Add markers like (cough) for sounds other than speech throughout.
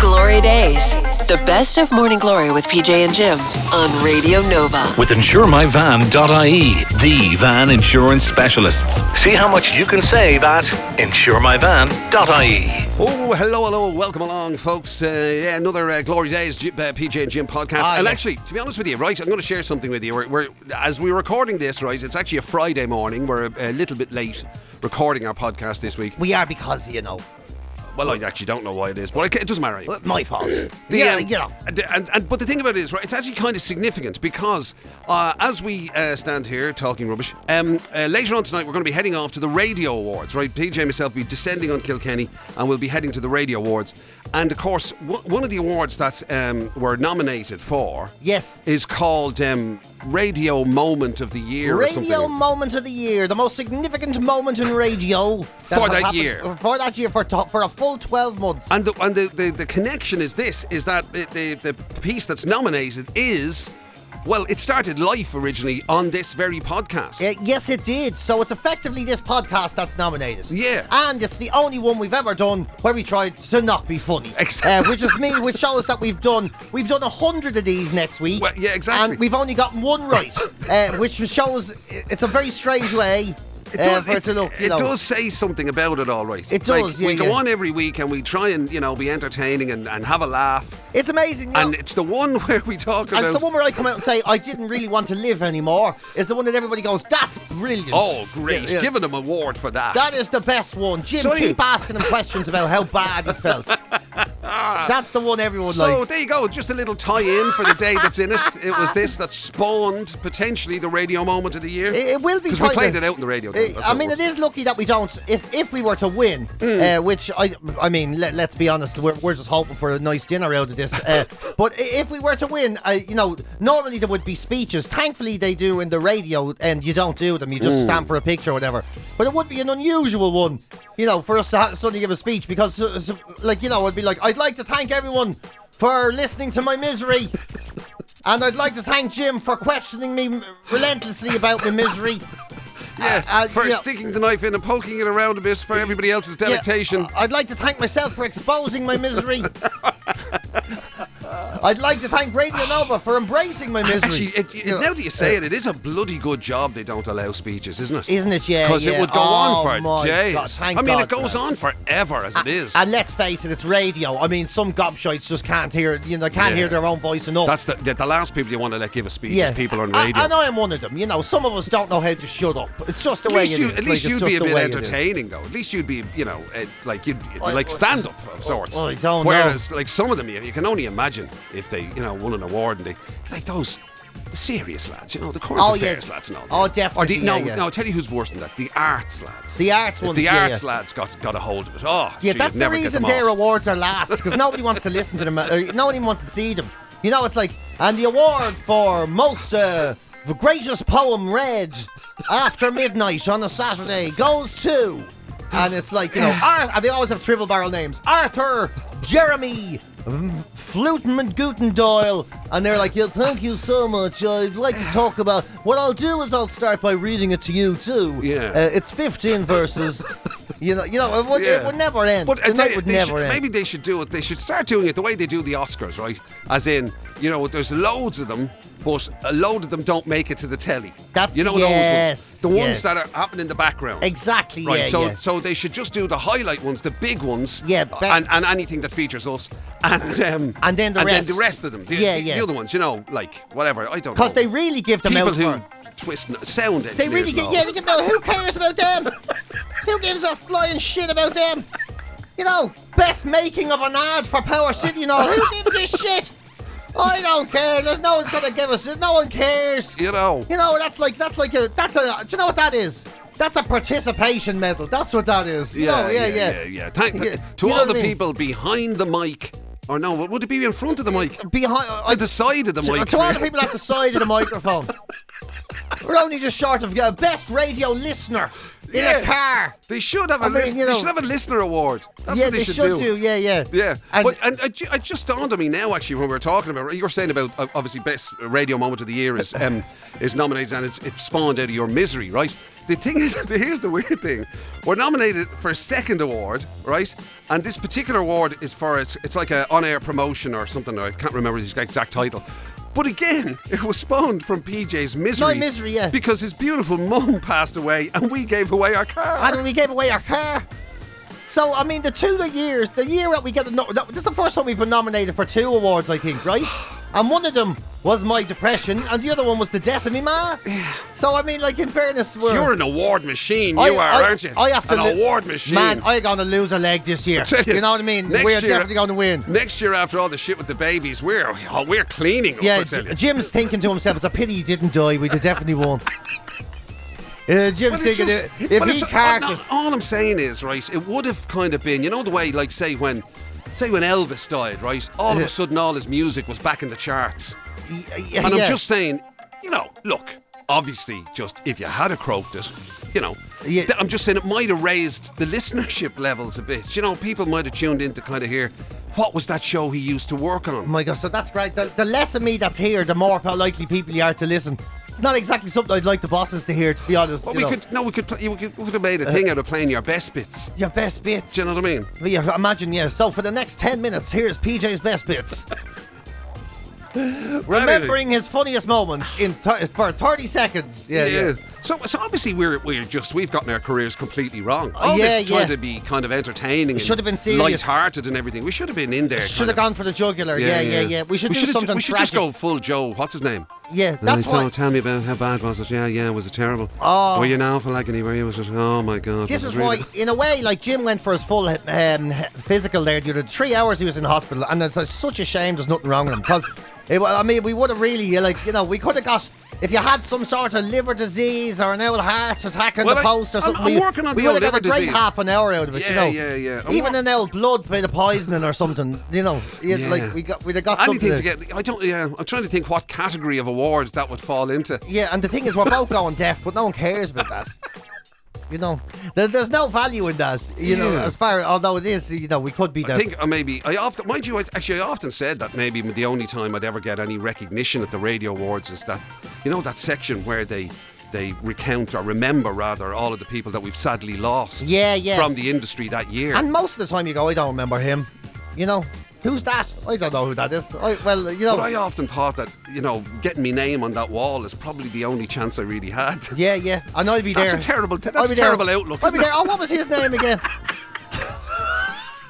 Fridays. The best of Morning Glory with PJ and Jim on Radio Nova. with insuremyvan.ie, the van insurance specialists. See how much you can save at insuremyvan.ie. Oh, hello, hello, welcome along, folks. Uh, yeah, another uh, Glory Days G- uh, PJ and Jim podcast. Ah, and yeah. actually, to be honest with you, right, I'm going to share something with you. We're, we're as we're recording this, right, it's actually a Friday morning. We're a, a little bit late recording our podcast this week. We are because, you know, Well, I actually don't know why it is, but I ca- it doesn't matter. Anyway. my (clears throat) fault. The, yeah, um, you know. And, and, and- but the thing about it is, right, it's actually kind of significant because uh, as we uh, stand here talking rubbish, um, uh, later on tonight we're going to be heading off to the Radio Awards, right? PJ and myself will be descending on Kilkenny and we'll be heading to the Radio Awards. And of course, w- one of the awards that um, we're nominated for Yes. is called um, Radio Moment of the Year. or Radio something. moment of the year, the most significant moment in radio For has that happened- year. For that year, for to, for a full twelve months. And the, and the, the, the connection is this is that it, the, the piece that's nominated is, well, it started life originally on this very podcast. Uh, yes, it did. So it's effectively this podcast that's nominated. Yeah. And it's the only one we've ever done where we tried to not be (laughs) funny. Exact- Uh, which is me, which shows that we've done we've done a hundred of these next week. Well, yeah, exactly. And we've only gotten (laughs) one right, uh, which shows i- it's a very strange way It uh, does, for it to look. you it know. does say something about it, all right. It Like, does, yeah, we go yeah. on every week and we try and you know be entertaining and, and have a laugh. It's amazing. you And know. it's the one (laughs) where we talk And about. it's the one where I come out and say I didn't really want to live anymore. Is the one that everybody goes, "That's brilliant." oh, great! Yeah, yeah. Giving them award for that. That is the best one, Jim. So you- keep asking him questions about how bad he (laughs) felt. That's the one everyone so likes. there you go. Just a little tie-in for the day that's in it. It was this that spawned potentially the radio moment of the year. It, it will be. because we tied played to- it Mm. out in the radio. Uh, game, that's I how mean, it works. is lucky that we don't. If if we were to win, uh, which I I mean, let, let's be honest, we're, we're just hoping for a nice dinner out of this. (laughs) Uh, but i- if we were to win, uh, you know, normally there would be speeches. Thankfully, they do in the radio, and you don't do them. You Mm. just stand for a picture or whatever. But it would be an unusual one, you know, for us to ha- suddenly give a speech because, uh, s- like, you know, I'd be like, I'd like to thank everyone for listening to my misery. And I'd like to thank Jim for questioning me relentlessly about my misery. Yeah, uh, uh, for yeah. sticking the knife in and poking it around a bit for everybody else's delectation. Yeah, Uh, I'd like to thank myself for exposing my (laughs) misery. I'd like to thank Radio Nova for embracing my misery. Actually, it, it- You know, now that you say it, it is a bloody good job they don't allow speeches, isn't it? Isn't it, yeah? Because yeah. it would go Oh, on my for days. God, thank I mean, God it goes for that. on forever as it is. And let's face it, it's radio. I mean, some gobshites just can't hear, you know, they can't Yeah. hear their own voice enough. That's the, the, the last people you want to let give a speech is people on A- radio. and I am one of them. You know, some of us don't know how to shut up. It's just the at way least, it you, is. at Like, least it's you'd just be a the bit way it is. entertaining, though. At least you'd be, you know, eh, like you'd you'd I- like I- stand up of sorts. I don't know. Whereas, like some of them, you, you can only imagine if they, you know, won an award and they, like those, the serious lads, you know, the current Oh, yeah. affairs lads and all. Oh, that. definitely, Or the, yeah, no, yeah. no, I'll tell you who's worse than that. The arts lads. The arts If ones, The yeah, arts yeah. lads got got a hold of it. Oh, Yeah, gee, that's you'd the never get reason them off. their awards are last because nobody wants to listen to them. uh, Or nobody wants to see them. You know, it's like, and the award for most uh, the greatest poem read after midnight on a Saturday goes to, and it's (sighs) like you know, Ar- and they always have triple barrel names: Arthur, Jeremy. Flutin and Guten Doyle, and they're like, "Yeah, thank you so much. I'd like to talk about what I'll do is I'll start by reading it to you too. Yeah. uh, it's 15 verses. You know, you know, it would, it Yeah. would never end. But I the tell night you, would they never should- end. Maybe they should do it. They should start doing it the way they do the Oscars, right? As in, you know, there's loads of them, but a load of them don't make it to the telly. That's- you know yes, those ones, the ones yeah. that are happening in the background. Exactly, Right. yeah, so, yeah. so they should just do the highlight ones, the big ones. uh, Yeah, be- and, and anything that features us, and um, And then the rest. the rest of them. The, Yeah, the, yeah. the other ones, you know, like whatever. I don't know. Because they really give them people out who for- twist n- sound engineers. They really and get, all. yeah, they get out. Who cares about them? who gives a flying shit about them? You know, best making of an ad for Power City and all. Who gives a shit? I don't care. There's no one's gonna give us. it. No one cares. You know. You know, that's like that's like a that's a. Do you know what that is? That's a participation medal. That's what that is. You know, yeah, yeah, yeah. yeah. Thank Yeah, to you know all what the I mean? people behind the mic, or no, what would it be in front of the mic? Behind, To the side of the To- mic. To all the people at the side of the microphone. We're only just short of uh, best radio listener in a Yeah. car. They should have a I mean, list- you they know- should have a listener award. That's yeah, what they, they should, do. Yeah, yeah, Yeah, And but and it, ju- it just dawned on me now actually when we were talking about you were saying about uh, obviously best radio moment of the year is um, is nominated and it's it spawned out of your misery, right? The thing is, (laughs) here's the weird thing: we're nominated for a second award, right? And this particular award is for it's, it's like a on-air promotion or something. I can't remember the exact title. But again, (laughs) it was spawned from PJ's misery. My misery, yeah. Because his beautiful mum passed away, and we gave away our car. and when we gave away our car. So I mean, the two the years, the year that we get a no, that- this is the first time we've been nominated for two awards, I think, right? And one of them was my depression, and the other one was the death of me ma. So I mean, like in fairness, we're, You're an award machine. You I- are, I- aren't you? I have to an li- award machine. Man, I gonna lose a leg this (laughs) year. Tell You know what I mean? next We're year- definitely going to win. Next year, after all the shit with the babies, we're oh, we're cleaning. up, Yeah, I tell J- you. Jim's thinking to himself, "It's a pity he didn't die. We'd have definitely won." Uh, Jim's But it's thinking, just- uh, but if it's- he uh, can't, no, all I'm saying is, right, it would have kind of been, you know, the way, like, say when, say when Elvis died, right? All of Yeah. a sudden, all his music was back in the charts, y- y- and yeah. I'm just saying, you know, look, obviously, just if you had a croaked it, you know. Yeah. th- I'm just saying it might have raised the listenership (laughs) levels a bit. You know, people might have tuned in to kind of hear what was that show he used to work on. Oh my god, so that's great. The, the less of me that's here, the more likely people you are to listen. It's not exactly something I'd like the bosses to hear, to be honest. Well, you we know. Uh-huh. could no, we could play, we could we could have made a thing out of playing your best bits. Your best bits. Do you know what I mean? But yeah, imagine, yeah. So for the next 10 minutes, here's PJ's (laughs) best bits. Remembering his funniest moments in th- for 30 seconds. Yeah, yeah. So, so obviously we're we're just we've gotten our careers completely wrong. All Oh, yeah, this trying yeah. to be kind of entertaining, and should have been serious. light-hearted and everything. We should have been in there. Should kind have of. gone for the jugular. Yeah, yeah, yeah. We should do should have ju- something We should tragic. just go full Joe. What's his name? Yeah, And that's so why. tell me about how bad was it? Yeah, yeah, was it terrible? Oh. Were you an awful agony? Were you? Was it? Oh my God. This was is it really why, in a way, like Jim went for his full um, physical there during the three hours he was in hospital, and it's uh, such a shame there's nothing wrong with him because, I mean, we would have really uh, like you know we could have got if you had some sort of liver disease or an old heart attack on Well, the I- post or I'm- something, I'm we, working on we the would have old got a liver great disease. half an hour out of it, Yeah, you know. yeah, yeah. I'm Even wor- an old blood bit of poisoning or something, you know, yeah, Yeah. like we got we'd have got Anything to something. get, I don't. Yeah, I'm trying to think what category of awards that would fall into. Yeah, and the thing is, we're both going deaf, but no one cares about that. You know, there, there's no value in that. You know, Yeah. as far although it is, you know, we could be I there. think uh, maybe I often, mind you, I, actually I often said that maybe the only time I'd ever get any recognition at the radio awards is that, you know, that section where they they recount or remember rather all of the people that we've sadly lost. Yeah, yeah. From the industry that year. and most of the time, you go, I don't remember him. You know, who's that? I don't know who that is. I, well, you know, but I uh, often thought that you know getting me name on that wall is probably the only chance I really had. yeah, yeah, and I'll be there. That's a terrible- that's I'll be a there- terrible outlook, I'll be isn't there. Oh, what was his (laughs) name again? (laughs)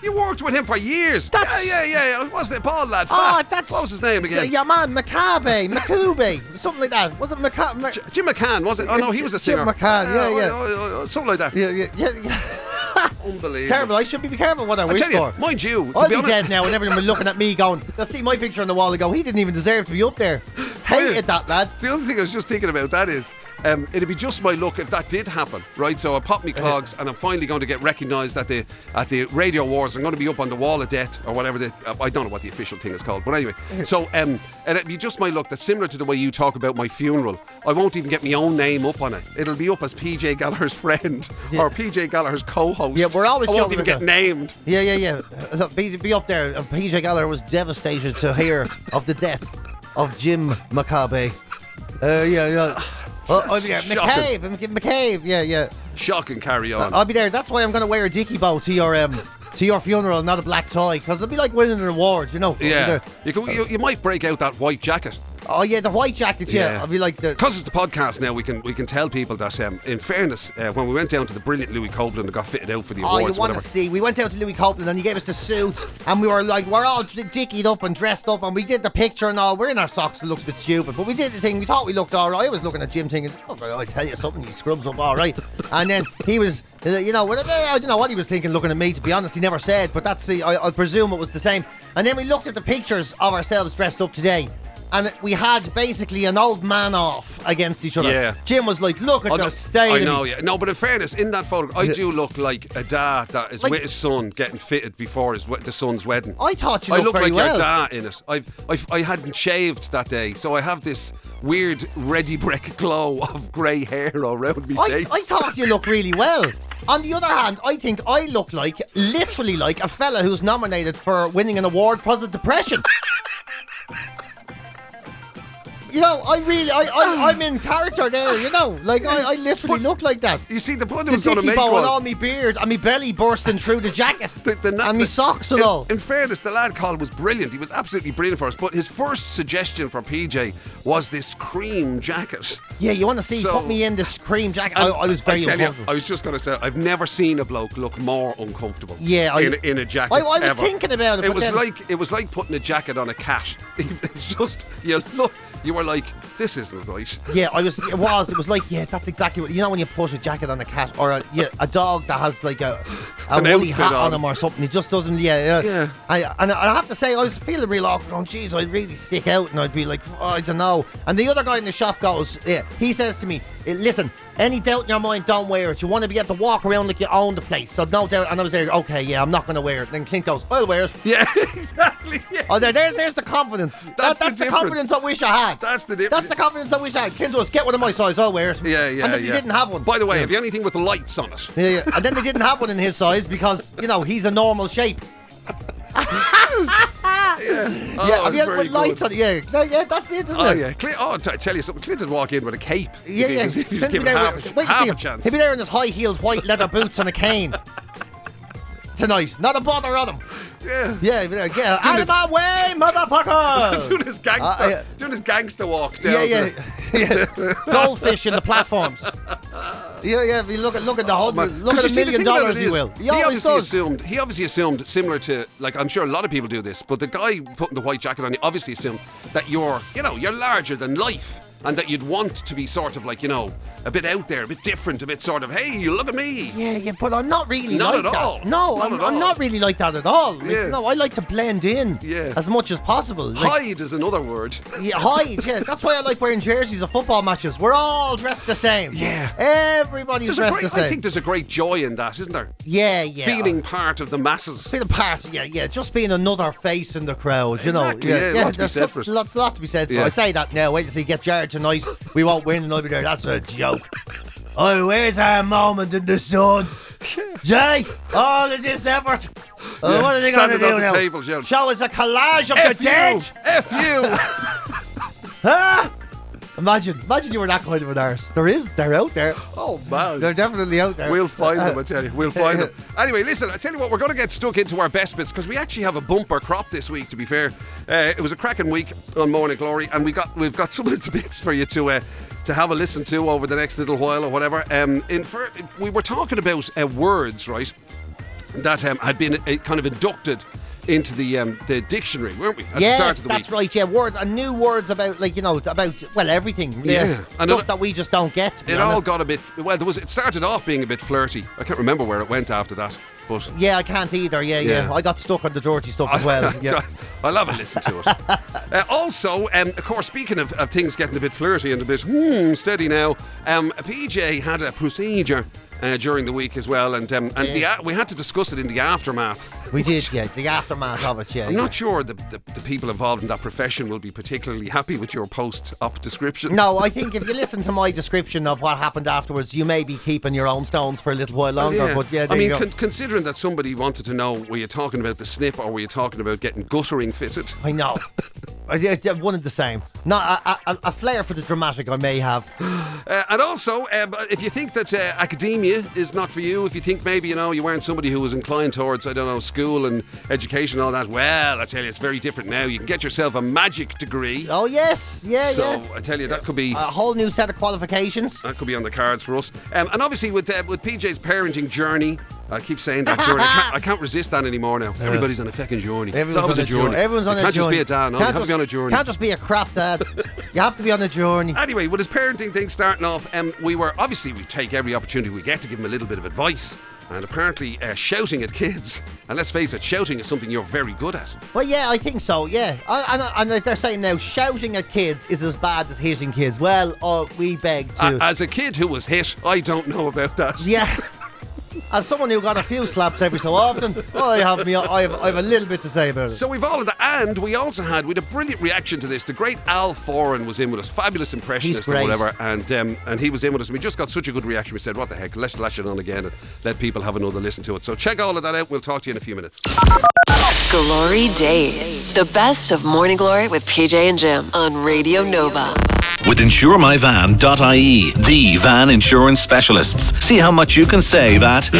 You worked with him for years. That's- yeah, yeah, yeah. yeah. What was the Paul lad? oh, Fat. that's what was his name Y- again? your man, Macabe, Macube, something like that. Was it Macabe? Mac- J- Jim McCann was it? Oh no, he was a Jim singer. McCann, yeah, oh, yeah. oh, oh, oh, something like that. yeah, yeah, yeah. yeah. Unbelievable. terrible. I should be careful what I, I wish tell you, for. mind you, to I'll be be, honest- dead now, and everyone will be looking at me going, they'll see my picture on the wall and go, he didn't even deserve to be up (laughs) there. Hated that lad. The other thing I was just thinking about that is, um, it'd be just my luck if that did happen, right? So I pop me clogs, and I'm finally going to get recognised at the at the radio wars. I'm going to be up on the wall of death or whatever. The, uh, I don't know what the official thing is called, but (laughs) anyway. So um, and it'd be just my luck that similar to the way you talk about my funeral, I won't even get my own name up on it. It'll be up as PJ Gallagher's friend or PJ Gallagher's co-host. Yeah, we're always I won't joking even get about that. named. Yeah, yeah, yeah. Uh, look, Be, be up there. Uh, PJ Gallagher was devastated to hear of the death of Jim McCabe. Uh, (sighs) yeah, yeah. Well, I'll be there. Shocking. McCabe, McC- McCabe, yeah, yeah. Uh, Shock and carry on. I'll be there. That's why I'm going to wear a dicky bow to your, um, to your funeral, not a black tie, because it'll be like winning an award, you know. I'll be yeah, there. you, can, you, you might break out that white jacket. Oh, yeah, the white jacket, yeah. Yeah. I'll be like the. Because it's the podcast now, we can we can tell people that. Um, in fairness, uh, when we went down to the brilliant Louis Copeland and got fitted out for the Oh, you awards, want to whatever. see? We went down to Louis Copeland and he gave us the suit, and we were like, we're all d- dickied up and dressed up, and we did the picture and all. We're in our socks, it looks a bit stupid, but we did the thing. We thought we looked all right. I was looking at Jim thinking, oh, but I tell you something, he scrubs up all right. And then he was, uh, you know, whatever, I don't know what he was thinking looking at me, to be honest. He never said, but that's the, I, I presume it was the same. And then we looked at the pictures of ourselves dressed up today. and we had basically an old man off against each other. Yeah. Jim was like, "Look at Oh, the no, state." I of know, me." yeah. No, but in fairness, in that photo, I do look like a dad that is Like- with his son getting fitted before his we- the son's wedding. I thought you I looked look very like well. your dad in it. I, I, I hadn't shaved that day, so I have this weird ready brick (laughs) glow of grey hair all around me I, face. I thought you look really well. On the other hand, I think I look like literally like a fella who's nominated for winning an award for the depression. You know, I really, I, I, I'm in character there. You know, like I, I literally look like that. you see, the point I The was going to dicky make bow and all was. my beard and my belly bursting through the jacket The, the, na- and my the- socks and in, all. In fairness, the lad called was brilliant. He was absolutely brilliant for us. But his first suggestion for PJ was this cream jacket. Yeah, you want to see? So- put me in this cream jacket. I, I was very I, tell you, uncomfortable. I was just going to say, I've never seen a bloke look more uncomfortable. Yeah, I- in, in a jacket. I- I was ever. thinking about it, It but was then- like it was like putting a jacket on a cat. (laughs) It was just you look, you were like, this isn't right. (laughs) Yeah, I was. It was. It was like, yeah, that's exactly what you know when you push a jacket on a cat or a yeah, a dog that has like a a An woolly outfit hat on. on. him or something. It just doesn't. Yeah, yeah. Yeah. I and I have to say, I was feeling real awkward. Oh, jeez, I really stick out, and I'd be like, oh, I don't know. And the other guy in the shop goes, yeah, he says to me, eh, listen, any doubt in your mind, don't wear it. You want to be able to walk around like you own the place. So no doubt. And I was there. Okay, yeah, I'm not going to wear it. And then Clint goes, I'll wear it. Yeah, (laughs) exactly. Yeah. Oh, there, there, there's the confidence. That- That's the that's the, difference. confidence I wish I had. That's the difference. That's the confidence I wish I had. Ken was get one of my size, I'll wear it. Yeah, yeah, And then yeah. they didn't have one. By the way, have you anything with lights on it? yeah, yeah. And then they didn't have one in his size because you know he's a (laughs) normal shape. Yeah, (laughs) yeah, have you had one with lights on it? Yeah, No, yeah, that's it, isn't Oh it? yeah, Clint, oh, I tell you something. Clint would walk in with a cape. Yeah, If he yeah. was- if he was He'll be given there half, with- a, wait to half see a him. chance. He'll be there in his high-heeled white leather boots and (laughs) a cane tonight. Not a bother on him. (laughs) yeah. Yeah, he'll be there. yeah. Out his- of my way, doing (laughs) motherfucker! his gangster, Uh, yeah. doing his gangster walk down. yeah, yeah, the- (laughs) yeah. Goldfish in the platforms. Yeah, yeah. If you look at look at the whole, Oh, Man, look 'cause at you a see, the million thing about dollars it he is, will. He, obviously assumed. He obviously assumed, similar to like I'm sure a lot of people do this, but the guy putting the white jacket on, you obviously assumed that you're, you know, you're larger than life, and that you'd want to be sort of like, you know, a bit out there, a bit different, a bit sort of, hey, you look at me. Yeah, yeah, but I'm not really Not like at all. that. No, Not I'm, at I'm all. not really like that at all. Like, Yeah. No, I like to blend in Yeah. as much as possible. Like, Hide is another word. yeah, hide. Yeah, that's why I like wearing jerseys of football matches. We're all dressed the same. Yeah. everybody's There's a dressed great, the same. I think there's a great joy in that, isn't there? yeah, yeah. Feeling part of the masses. Being a part, yeah, yeah, just being another face in the crowd, you know. Exactly, yeah, lot to be there's said for lots, it. lots, lot to be said for. Yeah. I say that now. Wait until you get Jared tonight. We won't win, and I'll be there. That's a joke. oh, where's our moment in (laughs) the sun? Jay, all of this effort. Oh, Yeah, what are they going to standing do on the now? table, Joan. Show us a collage of the dead. F you. Huh? Imagine, imagine you were that kind of an arse. There is, they're out there. (laughs) oh man. They're definitely out there. We'll find Uh, them, I tell you. We'll find (laughs) them. Anyway, listen, I tell you what, we're going to get stuck into our best bits because we actually have a bumper crop this week, to be fair. Uh, it was a cracking week on Morning Glory, and we got, we've got (laughs) some of the bits for you to. Uh, to have a listen to over the next little while or whatever. Um, in fir- we were talking about uh, words, right? That um, had been uh, kind of inducted into the um, the dictionary, weren't we? At the start Yes, of the that's week. right. Yeah, words and new words about like you know about well everything. Yeah. Yeah, And stuff it- that we just don't get. to be It all honest. got a bit. Well, there was. It started off being a bit flirty. I can't remember where it went after that, but Yeah, I can't either. Yeah, yeah, Yeah. I got stuck on the dirty stuff (laughs) as well. Yeah. I'll have a listen (laughs) to it. uh, also, um, of course, speaking of, of things getting a bit flirty and a bit hmm, steady now, um, PJ had a procedure uh, during the week as well, and um, and the, Yeah. a- we had to discuss it in the aftermath. We did, yeah. The aftermath of it, yeah. I'm yeah. not sure the, the, the people involved in that profession will be particularly happy with your post-op description. No, I think if you listen to my description of what happened afterwards, you may be keeping your own stones for a little while longer. But yeah, there I mean, you go. con- considering that somebody wanted to know, were you talking about the snip or were you talking about getting guttering fitted? (laughs) I know. I- I- I- One and the same. Not a, a, a flair for the dramatic, I may have. Uh, and also, um, if you think that uh, academia is not for you, if you think maybe you know you weren't somebody who was inclined towards I don't know school and education and all that, well, I tell you, it's very different now. You can get yourself a magic degree. Oh yes, yeah, so yeah. I tell you, that could be. A whole new set of qualifications. that could be on the cards for us, um, and obviously with uh, with PJ's parenting journey, I keep saying that journey. I can't, I can't resist that anymore (laughs) now. Everybody's on a fucking journey. It's always a journey. Everyone's on You a can't journey. just be a dad. No, you have Can't to just- be on a journey. Can't just be a crap (laughs) dad. you have to be on a journey. Anyway, with his parenting thing starting off, um, we were obviously we take every opportunity we get to give him a little bit of advice. And apparently, uh, shouting at kids And let's face it, shouting is something you're very good at. Well, yeah, I think so. Yeah, I, and, and like they're saying now, shouting at kids is as bad as hitting kids. Well, uh, we beg to. A- as a kid who was hit, I don't know about that. yeah. As someone who got a few slaps every so often, I have me, I have, I have a little bit to say about it. So we've all of that, and we also had we had a brilliant reaction to this. The great Al Foran was in with us, fabulous impressionist He's or great. whatever, and um, and he was in with us. And we just got such a good reaction. We said, "What the heck? Let's lash it on again and let people have another listen to it." So check all of that out. We'll talk to you in a few minutes. Glory Days. The best of Morning Glory with PJ and Jim on Radio Nova. With insuremyvan.ie, the van insurance specialists. See how much you can save at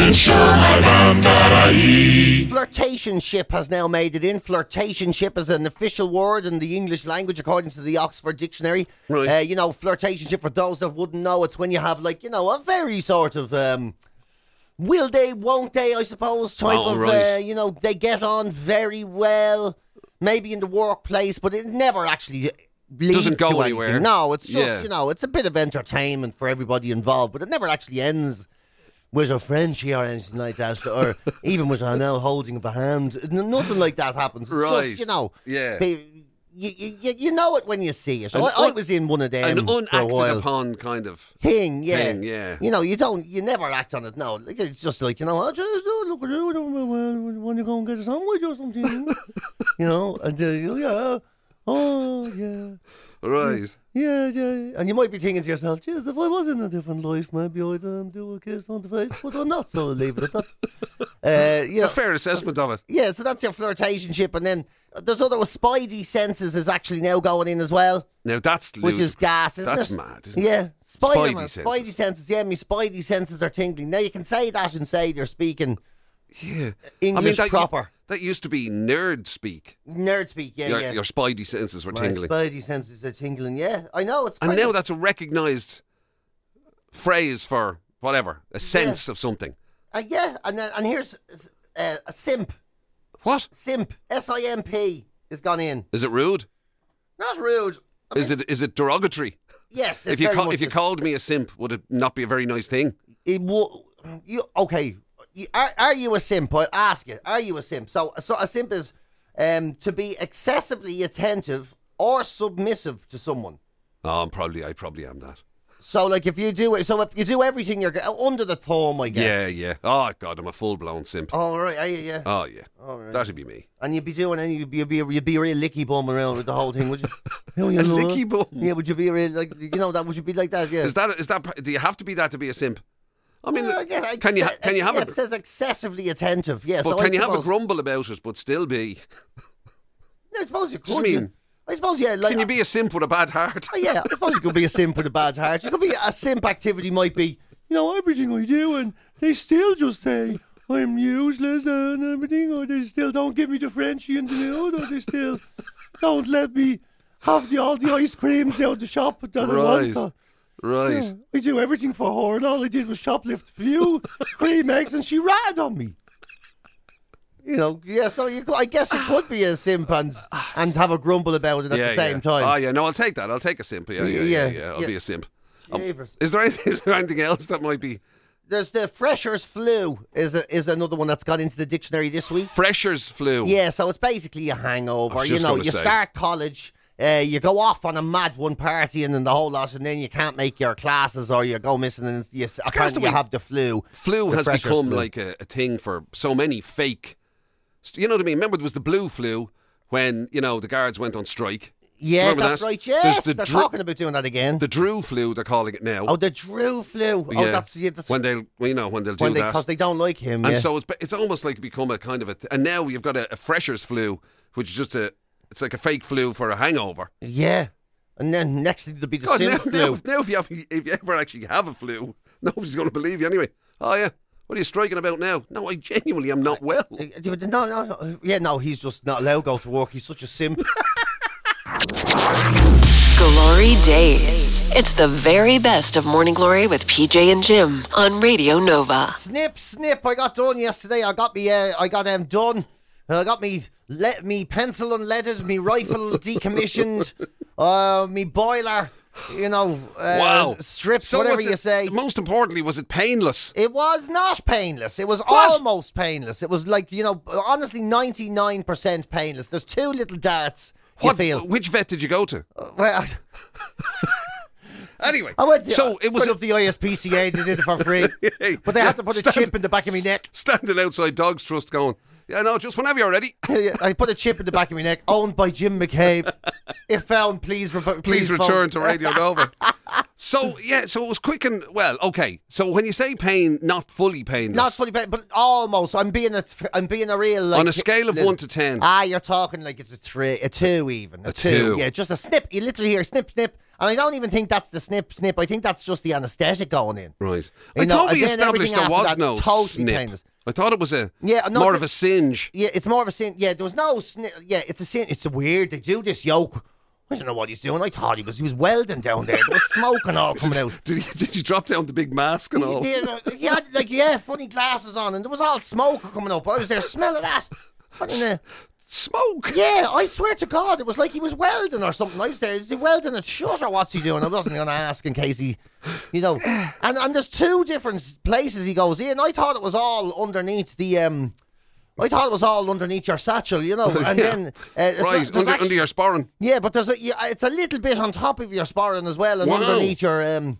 Flirtationship has now made it in. Flirtationship is an official word in the English language, according to the Oxford Dictionary. Right. Uh, you know, flirtationship, for those that wouldn't know, it's when you have, like, you know, a very sort of. Um, Will they, won't they, I suppose, type Oh, of, right. uh, you know, they get on very well, maybe in the workplace, but it never actually leads Doesn't go to anything. anywhere. No, it's just, Yeah. you know, it's a bit of entertainment for everybody involved, but it never actually ends with a French here or anything like that, (laughs) or even with an now holding of a hand. N- Nothing like that happens. It's Right. just, you know. Yeah. be- you, you, you know it when you see it. I, An I un- was in one of them An for a unacted while. upon kind of. thing, yeah. thing, yeah. You know, you don't, you never act on it. No, Like, it's just like you know, I just oh, look at you. I don't well, when you go and get a sandwich (laughs) or something. you know, and uh, you- yeah, oh yeah. Right. Yeah, yeah. And you might be thinking to yourself, geez, if I was in a different life, maybe I'd um, do a kiss on the face, but I'm not, so I'll leave it at (laughs) that. Uh, you It's a know, fair assessment of it. yeah, so that's your flirtationship. And then uh, there's other Spidey senses is actually now going in as well, Now that's which ludicrous. is gas, isn't That's it? mad, isn't yeah. it? Spider- Spidey Spidey, senses. senses. Yeah, my Spidey senses are tingling. Now you can say that and say you're speaking Yeah. English that, proper. That used to be nerd speak. nerd speak. Yeah, your, yeah. your spidey senses were my tingling. Spidey senses are tingling. Yeah, I know. It's and kind now of- that's a recognised phrase for whatever, a sense of something. uh, yeah, and then, and here's uh, a simp. What? Simp, S I M P, is gone in. Is it rude? Not rude. I mean, Is it is it derogatory? Yes. if you call, if you called me a simp, would it not be a very nice thing? it wo- you okay? You, are, are you a simp? I ask you. Are you a simp? So so a simp is um, to be excessively attentive or submissive to someone. Oh, I'm probably I probably am that. So like if you do it, so if you do everything you're g- under the thumb, I Yeah, guess. yeah. Oh God, I'm a full blown simp. All right. Are you? Yeah. Oh yeah, All right. that'd be me. And you'd be doing, and you'd be, you'd be, you'd be a real licky bum around with the whole thing, would you? You know, (laughs) you A know. licky bum? Yeah, would you be a real like you know that? Would you be like that? Yeah. Is that is that? Do you have to be that to be a simp? I mean, Well, I guess can you ha- exce- can you have yeah, a It says excessively attentive. Yeah, but so can I you have a suppose- grumble about it, but still be? No, I suppose you could. Just yeah. mean- I suppose yeah. Like, Can you be a simp with a bad heart? (laughs) Oh, yeah, I suppose you could be a simp with a bad heart. You could be a simp activity might be, you know, everything I do, and they still just say I'm useless and everything, or they still don't give me the Frenchie in the nude, or they still don't let me have the, all the ice creams out the shop that I Right. want. or- Right. Yeah, I do everything for her, and all I did was shoplift a few cream eggs, and she ratted on me. You know, yeah. So you, could- I guess it could be a simp and, and have a grumble about it at the same yeah. time. Oh yeah, no, I'll take that. I'll take a simp. Yeah, yeah, yeah. Yeah, yeah, I'll yeah. be a simp. Jeepers. Is there anything? (laughs) Is there anything else that might be There's the freshers flu is a, is another one that's got into the dictionary this week. freshers flu? Yeah, so it's basically a hangover. was You just know, gonna you say. start college, uh, you go off on a mad one party and then the whole lot, and then you can't make your classes or you go missing and you, s- apparently Castaway. you have the flu. flu The has freshers become flu. like a, a thing for so many fake. st- You know what I mean? Remember, there was the blue flu when you know the guards went on strike. Yeah, Remember that's that? right. There's Yes, the they're dru- talking about doing that again. The Drew flu, they're calling it now. oh, the Drew flu. Oh, Yeah. that's, yeah, that's when they'll well, you know when they'll when do they that. because they don't like him. and yeah. so it's be- it's almost like become a kind of a th- and now you've got a, a freshers flu, which is just a it's like a fake flu for a hangover. yeah, and then next thing there'll be the God, now, simp flu. (laughs) now, now if, you have, if you ever actually have a flu, nobody's going to believe you anyway. Oh, yeah. What are you striking about now? No, I genuinely am not well. Uh, No, no, no. Yeah, no, he's just not allowed to go to work. He's such a simp. Glory Days. It's the very best of Morning Glory with PJ and Jim on Radio Nova. snip, snip. I got done yesterday. I got me. Uh, I got um, done. I got me. (laughs) Let me pencil unleaded. Me rifle decommissioned. Uh, me boiler you know, uh, wow. stripped, So whatever was you it- say. Most importantly, was it painless? It was not painless. It was almost painless. It was like, you know, honestly, 99% painless. There's two little darts. What, you feel? Which vet did you go to? Well, Anyway, I went to, uh, so it was up the ISPCA. They did it for free, (laughs) Hey, but they yeah, had to put a stand- chip in the back of my neck. standing outside Dogs Trust going, yeah, no, just whenever you're ready. I put a chip in the back of my neck, owned by Jim McCabe. If found, please, re- please, Please phone. return to Radio (laughs) Nova. So yeah, so it was quick and well, okay. So when you say pain, not fully painless. Not fully, pain- but almost. I'm being a, th- I'm being a real like, On a scale of little- one to ten. Ah, you're talking like it's a three, a two even, a, two. Yeah, just a snip. You literally hear snip, snip, and I don't even think that's the snip, snip. I think that's just the anaesthetic going in. Right. You I know, thought we again, established everything there after was that, no totally snip. painless. I thought it was a Yeah, no, more the- of a singe. (laughs) Yeah, it's more of a sin. Yeah, there was no snip. Yeah, it's a sin. It's weird. They do this yoke. I don't know what he's doing. I thought he was he was welding down there. There was smoke (laughs) and all coming out. Did you, did you drop down the big mask and all? Yeah, he uh, had like yeah, funny glasses on, and there was all smoke coming up. I was there, smell of that. What in the- Smoke. yeah, I swear to God, it was like he was welding or something. I was there, is he welding it shut or what's he doing? I wasn't going to ask in case he, you know. And and there's two different places he goes in. I thought it was all underneath the um. I thought it was all underneath your satchel, you know, (laughs) and Yeah. then uh, so right there's under, actu- under your sparring. yeah, but there's a yeah, it's a little bit on top of your sparring as well, and Wow. underneath your um,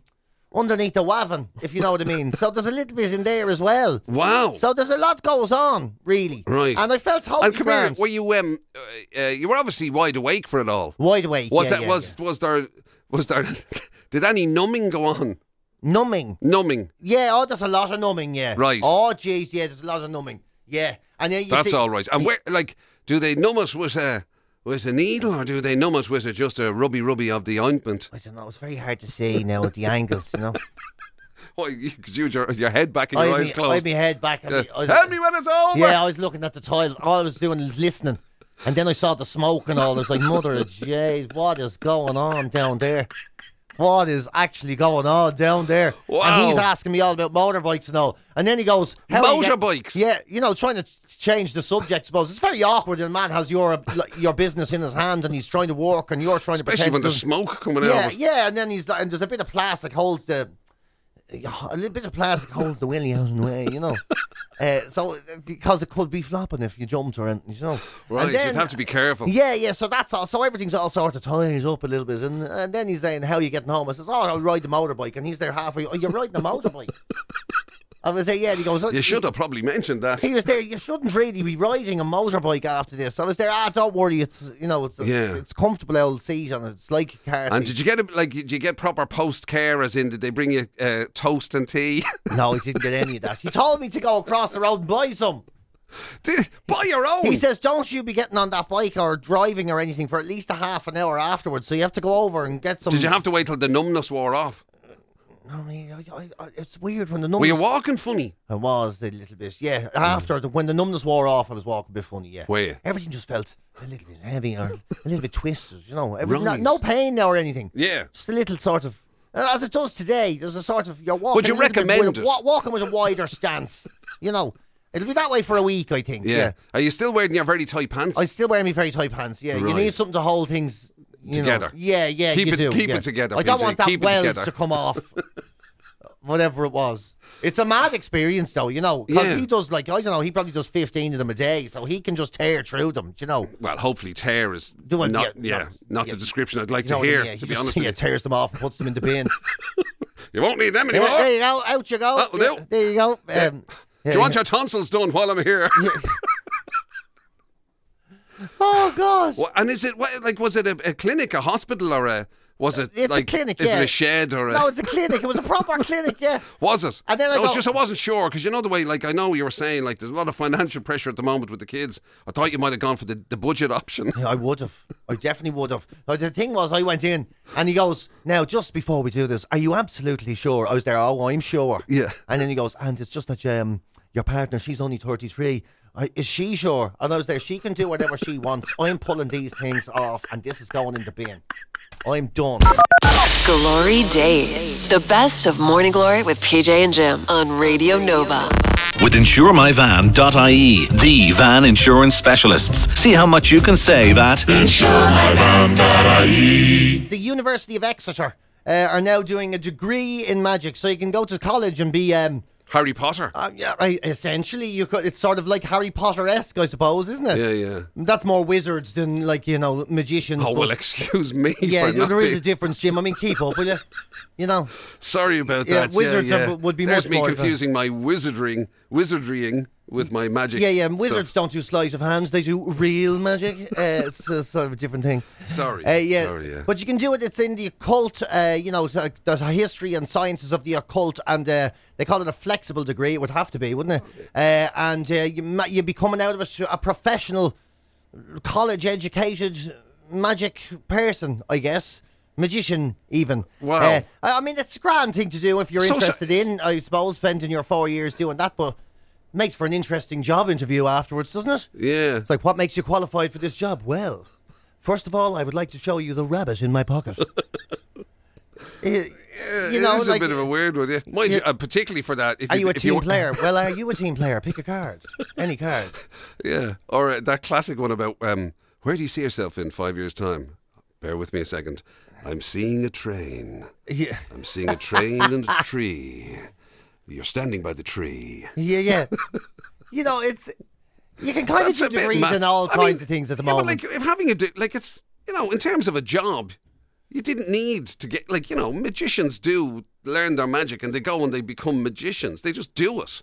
underneath the wavin, if you know what I mean. so there's a little bit in there as well. Wow. So there's a lot goes on, really. Right. And I felt totally and come here, grand. were you um, uh, uh, you were obviously wide awake for it all. Wide awake. Was yeah, that yeah, was was there was there (laughs) did any numbing go on? yeah. numbing? Numbing. Yeah. Oh, there's a lot of numbing. Yeah. Right. Oh, jeez. Yeah, there's a lot of numbing. Yeah. And then you That's see, all right. And where like do they numb us with a with a needle or do they numb us with a, just a rubby rubby of the ointment? I don't know. It's very hard to see now at the (laughs) angles. You know. Why because you had your, your head back and I your had eyes me- I (laughs) had closed. my head back. and Yeah. me- I was- Tell me when it's over. Yeah, I was looking at the tiles. All I was doing was listening. And then I saw the smoke and all. I was like, Mother of Jade, what is going on down there? What is actually going on down there? Wow. And he's asking me all about motorbikes and all. And then he goes, "How are you get-" Motorbikes? Yeah, you know, trying to ch- change the subject, I suppose. It's very awkward when a man has your like, your business in his hand and he's trying to work and you're trying to Especially pretend. when it there's doesn't- smoke coming yeah, out. of it. yeah, and then he's like, and there's a bit of plastic holds the, a little bit of plastic holds the willy out of the way, (laughs) you know. uh, so because it could be flopping if you jumped or anything, you know. Right, and then, you'd have to be careful. Yeah, yeah. So that's all. So everything's all sort of tied up a little bit, and and then he's saying, "How are you getting home?" I says, "Oh, I'll ride the motorbike," and he's there halfway. Oh, you're riding (laughs) a motorbike. I was there, yeah. And he goes, "Oh, You should have probably mentioned (laughs) that. He was there. You shouldn't really be riding a motorbike after this. I was there. Ah, don't worry. It's you know, it's a, Yeah. it's comfortable old seat and it's like a car. And did seat. you get a, like? Did you get proper post care? As in, did they bring you uh, toast and tea? (laughs) No, he didn't get any of that. He told me to go across the road and buy some. did, buy your own. He says, Don't you be getting on that bike or driving or anything for at least a half an hour afterwards. So you have to go over and get some. did you have to wait till the numbness wore off? I mean, I, I, I, it's weird when the numbness. Were you walking funny? I was a little bit. Yeah, after the, when the numbness wore off, I was walking a bit funny. Yeah. Were you? Everything just felt a little bit heavy or a little bit twisted, you know. Every, no, Right. no pain now or anything. Yeah. Just a little sort of. As it does today, there's a sort of. You're walking. you a little bit recommend with a- it? wa- Walking with a wider stance, you know. It'll be that way for a week, I think. Yeah. Are you still wearing your very tight pants? I still wear my very tight pants. Yeah, you Right. need something to hold things you know. Together. Yeah, yeah, Keep you it- do. keep yeah. it together, I don't PJ, want that keep it weld together. to (laughs) come off. Whatever it was, it's a mad experience though, you know, because Yeah. he does like I don't know, he probably does fifteen of them a day, so he can just tear through them, do you know. well, hopefully, tear is Do I- not. yeah, Yeah, no, not yeah. the description I'd like You know to what I mean? hear. Yeah, he to be just- honest, (laughs) yeah, with you. tears them off and puts them in (laughs) the bin. you won't need them Yeah, anymore. there you go, out you go. That'll Yeah, do. There you go. Um, Oh, Do you want your tonsils done while I'm here? Oh (laughs) gosh. Wha- and is it what, like? Was it a, a clinic, a hospital, or a? Was it? It's a like, clinic, Is yeah. it a shed or a? No, it's a clinic. It was a proper clinic, yeah. (laughs) Was it? And then I no, it's go- just I wasn't sure because you know the way. Like I know you were saying, like there's a lot of financial pressure at the moment with the kids. I thought you might have gone for the, the budget option. (laughs) Yeah, I would have. I definitely would have. But the thing was, I went in and he goes, Now, just before we do this, are you absolutely sure? I was there, Oh, I'm sure. Yeah. And then he goes, And it's just that um, your partner, she's only 33. I, is she sure? And I was there, She can do whatever she wants. I'm pulling these things off and this is going in the bin. I'm done. Glory Days. The best of Morning Glory with PJ and Jim on Radio Nova. with insuremyvan.ie, the van insurance specialists. See how much you can save at the University of Exeter uh, are now doing a degree in magic, so you can go to college and be. Um, Harry Potter. uh, yeah, I, essentially, you could. It's sort of like Harry Potter esque, I suppose, isn't it? Yeah, yeah. That's more wizards than like you know magicians. Oh but- well, (laughs) excuse me. yeah, for not there is being- a difference, Jim. I mean, keep up, will you? You know, Sorry about Yeah, that. wizards yeah, have- yeah. would be There's much me more of a- confusing my wizarding, wizardrying with my magic. yeah, yeah. and Wizards stuff. don't do sleight of hands; they do (laughs) real magic. Uh, it's uh, sort of a different thing. Sorry. Uh, yeah. Sorry, yeah. But you can do it. It's in the occult. Uh, you know, the, the history and sciences of the occult, and uh, they call it a flexible degree. It would have to be, wouldn't Oh, it? Uh, and uh, you ma- you'd be coming out of it a professional, college-educated magic person, I guess. Magician, even. Wow. Uh, I I mean, it's a grand thing to do if you're So- so- interested in, I suppose, spending your four years doing that, but makes for an interesting job interview afterwards, doesn't it? Yeah. It's like, what makes you qualified for this job? Well, first of all, I would like to show you the rabbit in (laughs) my pocket. Eh, you know, it is like, a bit of a weird one, yeah. Mind you, uh, particularly for that. If are you a if team were- player? well, are you a (laughs) team player? Pick a card, any card. Yeah, or uh, that classic one about um, where do you see yourself in five years' time? Bear with me a second. I'm seeing a train. Yeah, I'm seeing a train and a tree. You're standing by the tree. (laughs) yeah, yeah. you know, it's you can kind That's a of do bit degrees mad. in all I kinds mean, of things at the yeah, moment. But like, if having a de- like, it's you know, in terms of a job, you didn't need to get like you know, magicians do learn their magic and they go and they become magicians. They just do it.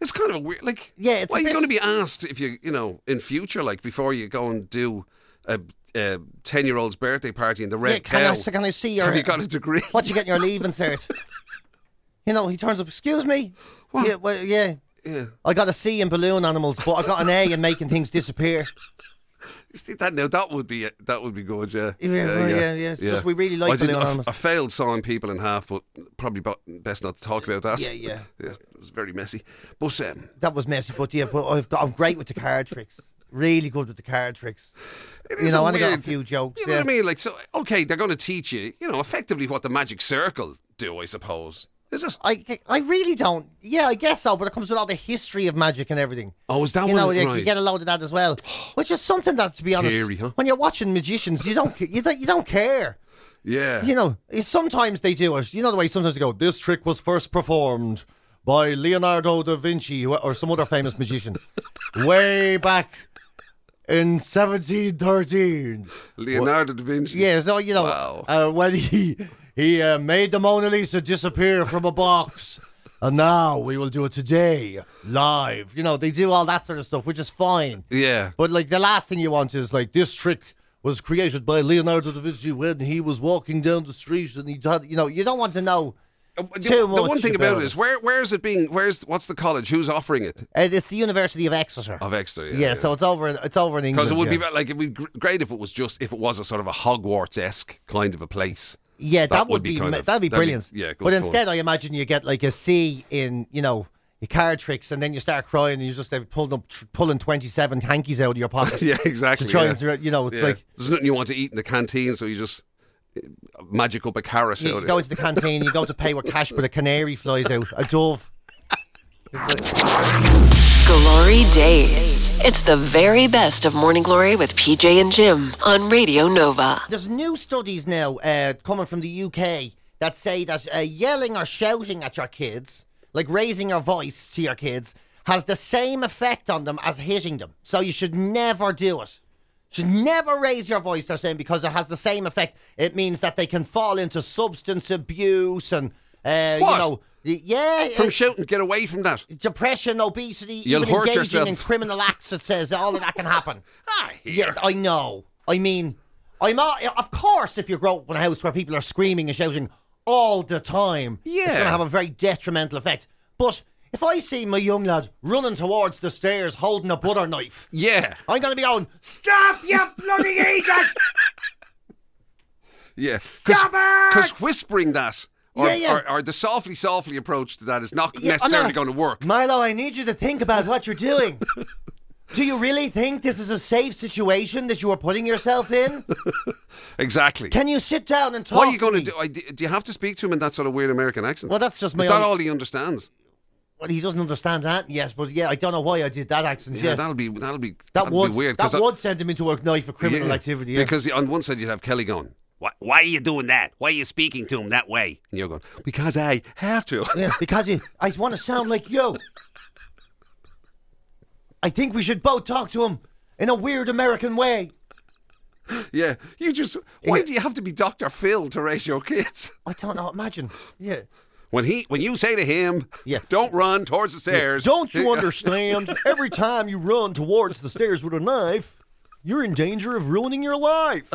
It's kind of a weird, like, Yeah, it's a why are you bit- going to be asked if you you know in future, like before you go and do a. a ten-year-old's birthday party in the red Yeah, can I- cow. so can I see your- Have you got a degree? What you get in your leaving cert? You know, he turns up. Excuse me. What? Yeah, well, yeah. Yeah. I got a C in balloon animals, but I got an A in making things disappear. See, that now that would be that would be good. Yeah, Yeah, well, yeah, yeah, it's just we really like I, didn't- balloon I f- animals. I failed sawing people in half, but probably bo- best not to talk about that. Yeah, (laughs) yeah. it was very messy. But um, That was messy, but yeah, but I've got, I'm great with the card tricks. Really good with the card tricks. it You is know, a and I got a weird- few jokes, You know yeah. what I mean? Like, so okay, they're going to teach you, you know, effectively what the magic circle do, I suppose. Is it? I, I really don't. Yeah, I guess so, but it comes with all the history of magic and everything. Oh, is that you what know, it- you, right. you get a load of that as well, which is something that, to be honest, Theory, huh? when you're watching magicians, you don't you don't, you don't care. Yeah. you know, it's- sometimes they do it. You know the way sometimes they go, this trick was first performed by Leonardo da Vinci wh- or some other famous magician way back in 1713. Leonardo da Vinci. Yeah, so, you know, Wow. uh, when he, he uh, made the Mona Lisa disappear from a box. And now we will do it today, live. You know, they do all that sort of stuff, which is fine. Yeah. But like the last thing you want is like this trick was created by Leonardo da Vinci when he was walking down the street and he had you know you don't want to know Uh, the, too the one much thing about about it is where where is it being? Where's what's the college? Who's offering it? uh, it's the University of Exeter. Of Exeter. Yeah. yeah, so it's over. in- It's over in England. Because it would yeah. be be like it would be gr- great if it was just if it was a sort of a Hogwarts esque kind of a place. Yeah, that, would, be, kind ma- of- that'd be brilliant. yeah, good but fun. instead, I imagine you get like a C in you know your card tricks, and then you start crying, and you just uh, pulling up tr- pulling twenty seven hankies out of your (laughs) pocket. yeah, exactly. To try yeah. and throw- you know, it's Yeah. like there's nothing you want to eat in the canteen, so you just uh, magic up a carrot. you, out you of go it. into the canteen, you go to pay with cash, but a canary flies out, a dove. Glory Days. It's the very best of Morning Glory with PJ and Jim on Radio Nova. There's new studies now uh, coming from the UK that say that uh, yelling or shouting at your kids, like raising your voice to your kids, has the same effect on them as hitting them. So you should never do it. Should never raise your voice, they're saying, because it has the same effect. It means that they can fall into substance abuse and, uh, you What? know, y- yeah, From uh, shouting, get away from that. depression, obesity, You'll even hurt engaging yourself. in criminal acts. It says all of that (laughs) can happen. Ah, (laughs) Yeah, here. I know. I mean, I'm all, of course if you grow up in a house where people are screaming and shouting all the time, it's Yeah. going to have a very detrimental effect. But if I see my young lad running towards the stairs holding a butter knife, Yeah, I'm going to be going, "Stop, you bloody (laughs) idiot!" yeah. Stop it! Because whispering that, or, Yeah, yeah. Or, or the softly, softly approach to that is not Yeah, I'm necessarily not- going to work. Milo, I need you to think about what you're (laughs) doing. Do you really think this is a safe situation that you are putting yourself in? Exactly. Can you sit down and talk? what are you going to to me? do? I, do you have to speak to him in that sort of weird American accent? Well, that's just my Is that own- all he understands? well, he doesn't understand that yet, but yeah, I don't know why I did that accent. Yeah, Yeah, that'll be that'll be that that'll would be weird. 'cause that would send him into a knife for criminal Yeah, activity. Yeah. Because on one side you'd have Kelly going, why, why are you doing that? Why are you speaking to him that way? And you're going, because I have to. (laughs) Yeah, because he, I want to sound like you. I think we should both talk to him in a weird American way. yeah. You just, why Yeah. do you have to be Dr. Phil to raise your kids? I don't know. Imagine. Yeah. When he, when you say to him, Yeah. don't run towards the stairs. Don't (laughs) you understand? Every time you run towards the stairs with a knife, you're in danger of ruining your life.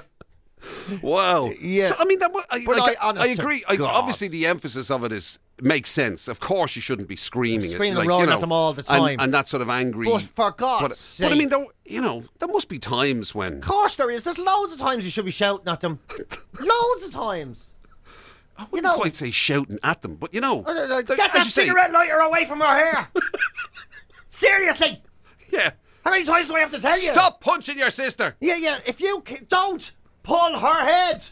Wow. Yeah. So, I mean, that, wa- I, But like, I- honest I to agree. I, God. obviously, the emphasis of it is makes sense. Of course, you shouldn't be screaming, it, Screaming and like, roaring you know, at them all the and- time. and, that sort of angry. But for God's but, sake. but I mean, there, you know, there must be times when Of course there is. There's loads of times you should be shouting at them. loads of times. I wouldn't know- quite say shouting at them, but you know, Uh, uh, there- Get that as you say- cigarette lighter away from her hair. Seriously. Yeah. How many times do I have to tell you? Stop punching your sister. Yeah, yeah. If you ca- don't pull her head,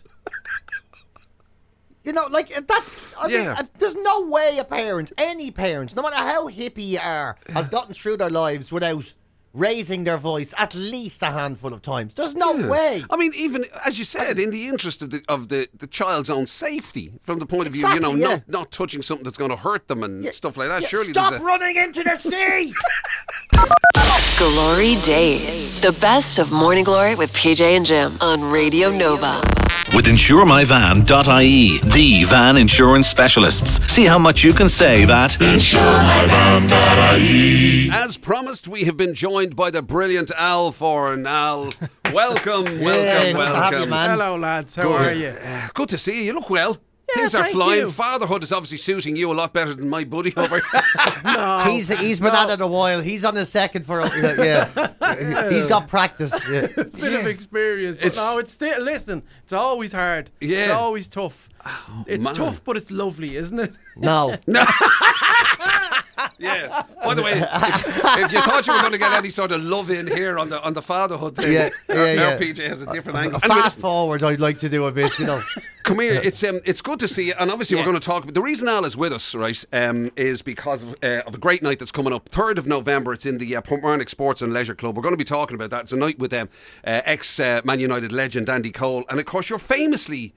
you know, like uh, that's. I mean, Yeah. uh, there's no way a parent, any parent, no matter how hippie you are, has gotten through their lives without raising their voice at least a handful of times. There's no way. I mean, even as you said, in the interest of the of the, the child's own safety, from the point of view, you know, Exactly, yeah. not not touching something that's going to hurt them and Yeah, stuff like that. yeah, Surely stop there's a, running into the sea. Glory Days. The best of Morning Glory with PJ and Jim on Radio Nova. With insuremyvan.ie, the van insurance specialists. See how much you can save at as promised, we have been joined by the brilliant Al Foran. Al, (laughs) welcome, (laughs) welcome, Hey, good to have welcome. you, man. Hello, lads. How are you? Uh, Good to see you. You look well. Things are thank flying. you. Fatherhood is obviously suiting you a lot better than my buddy over. (laughs) he's he's been at it a while. He's on his second for a, (laughs) yeah. he's got practice. Yeah. Bit of experience, but It's- no, it's still. Listen, it's always hard. It's Yeah. Oh, always tough. it's man. tough, but it's lovely, (laughs) isn't it? No. Yeah. By the way, (laughs) if, if you thought you were going to get any sort of love in here on the on the fatherhood thing, Yeah, now- yeah, now yeah. Uh, PJ has a different angle. Anyway, Fast listen, forward, I'd like to do a bit. You know. come here. It's um, it's good to see you. And obviously, we're Yeah. going to talk. The reason Al is with us, right, um, is because of, uh, of a great night that's coming up, third of November. It's in the uh, Pumpernick Sports and Leisure Club. We're going to be talking about that. It's a night with um, uh, ex uh, Man United legend Andy Cole, and of course, you're famously.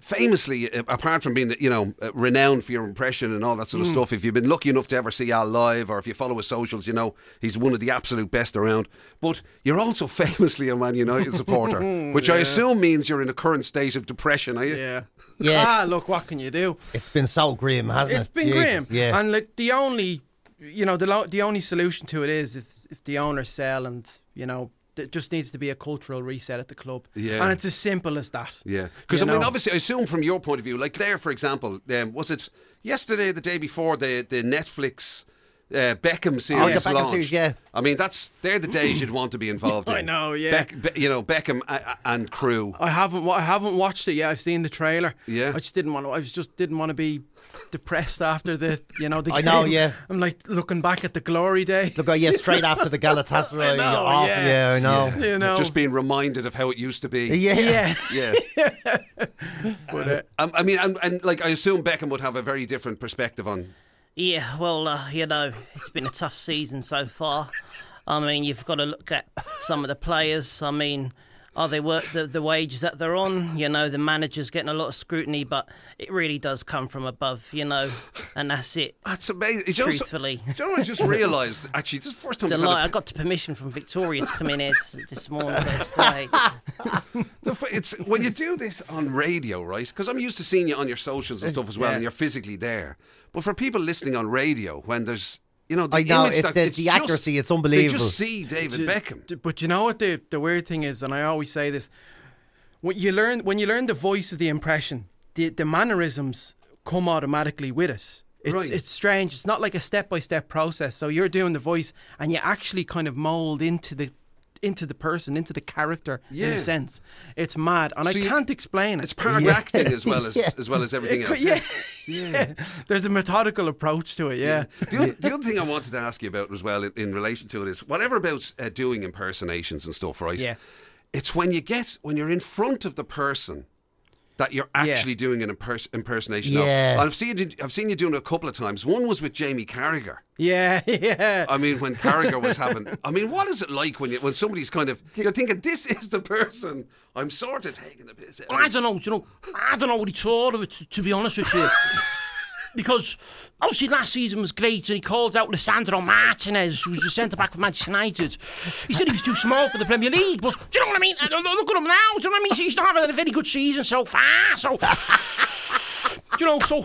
Famously, uh, apart from being, you know, uh, renowned for your impression and all that Mm. sort of stuff, if you've been lucky enough to ever see Al live, or if you follow his socials, you know he's one of the absolute best around. But you're also (laughs) famously a Man United (laughs) supporter, which I assume means you're in a current state of depression. Are you? Yeah. Yeah. Ah, look, what can you do? It's been so grim, hasn't it? It's been Yeah, grim. Yeah. And look, the only, you know, the lo- the only solution to it is if if the owners sell and you know. There just needs to be a cultural reset at the club, Yeah. and it's as simple as that. Yeah, because I you mean, know? obviously, I assume from your point of view, like there, for example, um, was it yesterday, or the day before the the Netflix uh, Beckham series the Beckham launched? series, yeah. I mean, that's they're the days you'd want to (clears throat) be involved in. I know, yeah. Beck, Be- you know Oh, Beckham a- a- and crew. I haven't. wa- I haven't watched it yet. I've seen the trailer. Yeah. I just didn't want. to I was just didn't want to be depressed after the. You know the. I know, game. yeah. I'm like looking back at the glory days. Look, uh, yeah, straight after the Galatasaray. (laughs) I know, you're off. yeah. yeah, I know. you know. Just being reminded of how it used to be. Yeah. yeah. (laughs) Yeah. But, uh, Um, I mean, and, and like I assume Beckham would have a very different perspective on. Yeah, well, uh, you know, it's been a tough season so far. I mean, you've got to look at some of the players. I mean, are they worth the, the wages that they're on? You know, the manager's getting a lot of scrutiny, but it really does come from above, you know, and that's it. That's amazing. Do you know so- Truthfully. do you know what I just realised? Actually, this is the first (laughs) time. It's a we've had a lie. I got the permission from Victoria to come in here s- this morning. So it's great. The f- It's when you do this on radio, right? Because I'm used to seeing you on your socials Eh, and stuff as well, Yeah. and you're physically there. But for people listening on radio, when there's you know the I know, image it- that- the- it's the just- accuracy, it's They unbelievable. just see David Beckham. d- But you know what the the weird thing is, and I always say this: when you learn when you learn the voice of the impression, the the mannerisms come automatically with it. It's Right. it's strange. It's not like a step by step process. So you're doing the voice, and you actually kind of mold into the into the person, into the character in Yeah. a sense. It's mad, and So I you- can't explain it. It's part acting as (laughs) well as as well as everything It else. could- (laughs) yeah. yeah. (laughs) There's a methodical approach to it. Yeah. The, oth- (laughs) the other thing I wanted to ask you about as well in, in relation to it is whatever about uh, doing impersonations and stuff, right? Yeah. It's when you get when you're in front of the person that you're actually doing an imperson- impersonation of. Yeah. And I've seen you, I've seen you doing it a couple of times. One was with Jamie Carragher. Yeah, (laughs) yeah. I mean, when Carragher was having, I mean, what is it like when you when somebody's kind of you're thinking this is the person I'm sort of taking the piss. out of." I don't know, you know, I don't know what he thought of it, to, to be honest with you. because obviously last season was great and he called out Lissandro Martinez, who was the centre back for Manchester United. He said he was too small for the Premier League, but do you know what I mean? Uh, Look at him now, do you know what I mean? He's not having a very good season so far, so. do you know, so.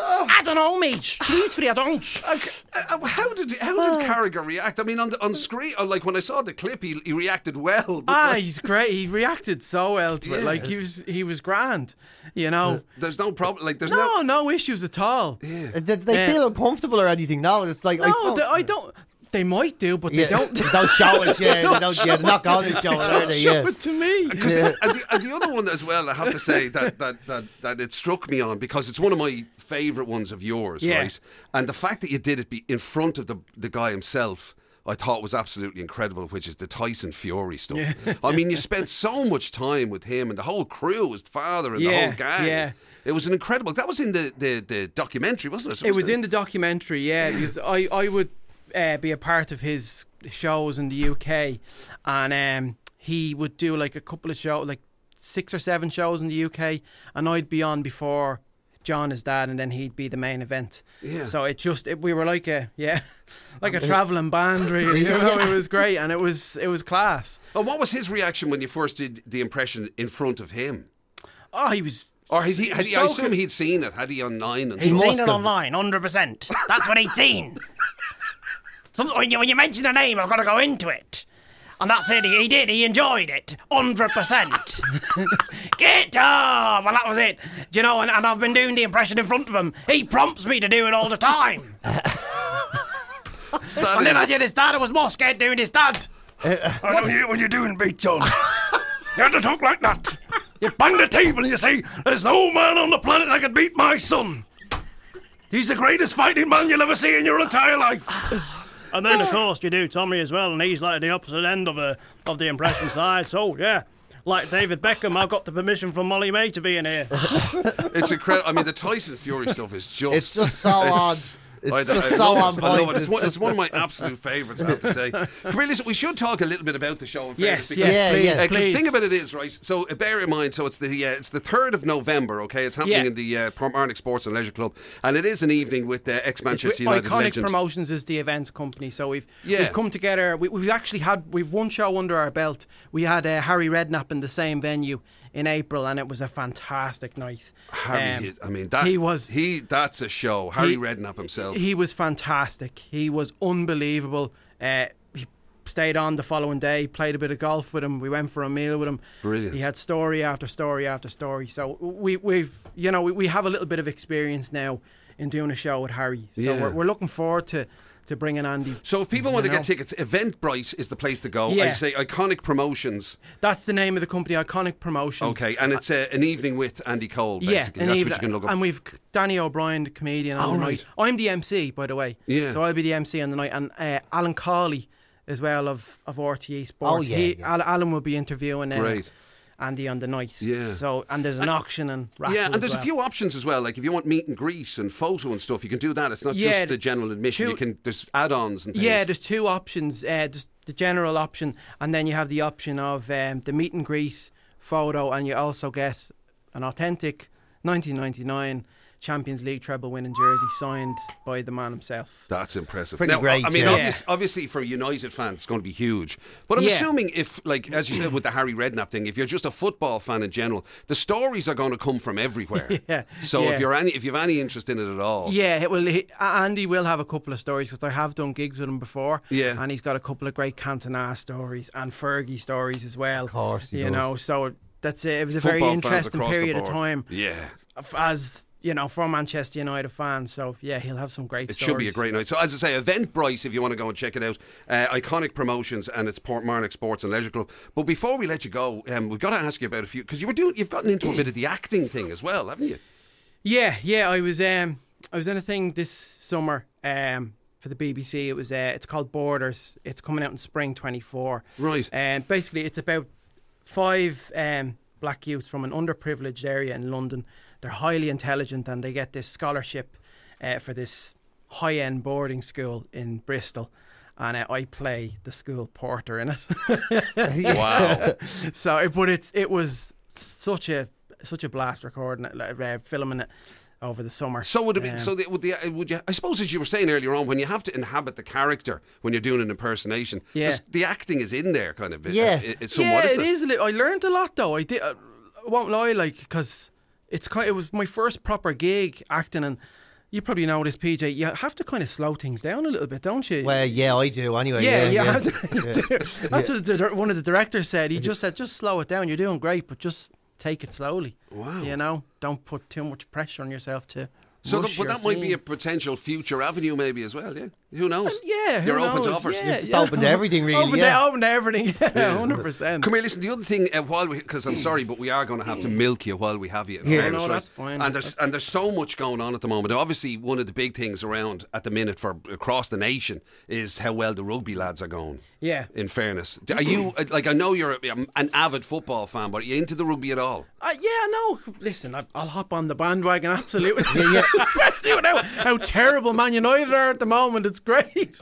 I don't know, mate. Truthfully, I don't. Like, uh, uh, how did how did Carragher react? I mean, on the, on screen, uh, like when I saw the clip, he, he reacted well. But Ah, like, he's great. He reacted so well to it. Like he was, he was grand. You know, there's no problem. Like there's no, no issues at all. Uh, Did they Yeah. feel uncomfortable or anything? No, it's like I, No, suppose- they- I don't. They might do, but (laughs) they yeah, don't. don't show it. Yeah, they don't don't. yeah, they're not going to show it. Are Don't they? show Yeah. it to me. and, the, and the other one as well, I have to say that that, that that it struck me on because it's one of my favourite ones of yours, Yeah. right? And the fact that you did it be in front of the the guy himself. I thought was absolutely incredible, which is the Tyson Fury stuff. I mean, you spent so much time with him and the whole crew, his father and the Yeah, whole gang. yeah. It was an incredible. That was in the, the, the documentary, wasn't it? It was in the documentary, (laughs) yeah. Because I, I would uh, be a part of his shows in the UK, and um, he would do like a couple of shows, like six or seven shows in the UK, and I'd be on before John is dad, and then he'd be the main event. Yeah. So it just it, we were like a yeah, (laughs) like a traveling band (laughs) really. You know, it was great, and it was it was class. And what was his reaction when you first did the impression in front of him? Oh, he was. Or had he? Had he I so assume he'd seen it. Had he online? And He'd stuff? seen must it have. online, 100%. That's what he'd (laughs) seen. Some, when, you, when you mention a name, I've got to go into it. And that's it, he, he did, he enjoyed it, (laughs) 100%. Get up! Well, that was it. Do you know, and, and I've been doing the impression in front of him. He prompts me to do it all (laughs) the time. That And then I is- did his dad, I was more scared doing his dad. what, are you, what are you doing, Big John? you had to talk (laughs) like that. You bang the table and you say, There's no man on the planet that can beat my son. He's the greatest fighting man you'll ever see in your entire life. And then, of course, you do Tommy as well, and he's like the opposite end of the of the impression side. So yeah, like David Beckham, I've got the permission from Molly May to be in here. It's incredible. I mean, the Tyson Fury stuff is just. It's just (laughs) so it's- on- I it's don't- just I so love on it. I love point. it. It's, one, it's one of my absolute favourites, I have to (laughs) say. Come here, listen, we should talk a little bit about the show. In fairness, Yes, because- Yeah, yes, please, yeah. Uh, 'cause please. The thing about it is, right? So uh, bear in mind, so it's the uh, it's the third of November. Okay, it's happening Yeah. in the uh, Arnick Sports and Leisure Club, and it is an evening with uh, ex Manchester Wi- United Iconic legend. Promotions is the events company, so we've Yeah. we've come together. We, we've actually had we've one show under our belt. We had uh, Harry Redknapp in the same venue in April, and it was a fantastic night. Harry, Um, is- I mean, that, he was he, he that's a show. Harry Redknapp himself. was fantastic. He was unbelievable. Uh, he stayed on the following day, played a bit of golf with him. We went for a meal with him. Brilliant. He had story after story after story. So we we've you know we, we have a little bit of experience now in doing a show with Harry. So Yeah. we're, we're looking forward to. To bringing Andy. so if people want to you get know. tickets, Eventbrite is the place to go. I Yeah. say iconic promotions. That's the name of the company, Iconic Promotions. Okay, and it's uh, an evening with Andy Cole. Basically, Yeah, that's and, what even- you can look up. and we've Danny O'Brien, the comedian, on Oh, the right. night. I'm the MC, by the way. Yeah. So uh, I'll be the MC on the night, and uh, Alan Carley as well of, of RTE Sports. Oh, yeah, he, yeah. Al- Alan will be interviewing uh, Right. Andy on the night. Yeah. So and there's an auction and raffle yeah, as and there's a well. few options as well. Like if you want meet and greet and photo and stuff, you can do that. It's not Yeah, just the general admission. two- you can there's add-ons and things. Yeah, there's two options. Uh, there's the general option, and then you have the option of um, the meet and greet photo, and you also get an authentic 1999 Champions League treble winning jersey signed by the man himself. that's impressive. Pretty Now, great, I mean, yeah. obvious, obviously for a United fan, it's going to be huge. But I'm Yeah. assuming if, like as you said with the Harry Redknapp thing, if you're just a football fan in general, the stories are going to come from everywhere. (laughs) Yeah, So yeah. if you're any, if you've any interest in it at all, Yeah, well, he, A- Andy will have a couple of stories because I have done gigs with him before. Yeah. and he's got a couple of great Cantona stories and Fergie stories as well. Of course he you does. know. So that's it. It was a very football fans interesting across the period of board. time. Yeah. f- As you know, for Manchester United fans. So yeah, he'll have some great. It stories. should be a great night. So, as I say, Eventbrite, if you want to go and check it out, uh, iconic promotions, and it's Portmarnock Sports and Leisure Club. But before we let you go, um, we've got to ask you about a few because you were doing, you've gotten into a bit of the acting thing as well, haven't you? Yeah, yeah. I was um, I was in a thing this summer um, for the BBC. It was uh, it's called Borders. It's coming out in spring twenty four. Right. And basically, it's about five um, black youths from an underprivileged area in London. They're highly intelligent and they get this scholarship uh, for this high end boarding school in Bristol. And uh, I play the school porter in it. (laughs) Wow. so it, but it's it was such a such a blast recording it, like, uh, filming it over the summer. So would it be? Um, so the, would the uh, would you? I suppose as you were saying earlier on, when you have to inhabit the character when you're doing an impersonation, Yeah. there's- the acting is in there, kind of. uh, Yeah. it- it's somewhat, isn't yeah, it is. A li- I learned a lot though. I did. I won't lie, like because it's kind. It was my first proper gig acting, and you probably know this, PJ. You have to kind of slow things down a little bit, don't you? Well, yeah, I do anyway. yeah, Yeah, you (laughs) have to- you do. That's what the, dir- one of the directors said. He just said, "Just slow it down. You're doing great, but just take it slowly. Wow. You know, don't put too much pressure on yourself to." So, rush th- but your that might be scene. a potential future avenue, maybe as well. Yeah, who knows? Yeah, who you're open to knows? offers. Yeah, It's yeah. open to everything, really. open, yeah. to, open to everything. (laughs) Yeah, hundred percent. Come here, listen. The other thing, uh, while we, because I'm sorry, but we are going to have to milk you while we have you. in Yeah. fairness, No, right? that's fine. And there's and there's so much going on at the moment. Obviously, one of the big things around at the minute for across the nation is how well the rugby lads are going. Yeah. In fairness, D- are (clears throat) you uh, like I know you're a, um, an avid football fan, but are you into the rugby at all? Uh, yeah, no. Listen, I, I'll hop on the bandwagon. (laughs) Absolutely. yeah, (laughs) yeah. Especially with how, how terrible Man United are at the moment. It's (laughs) great.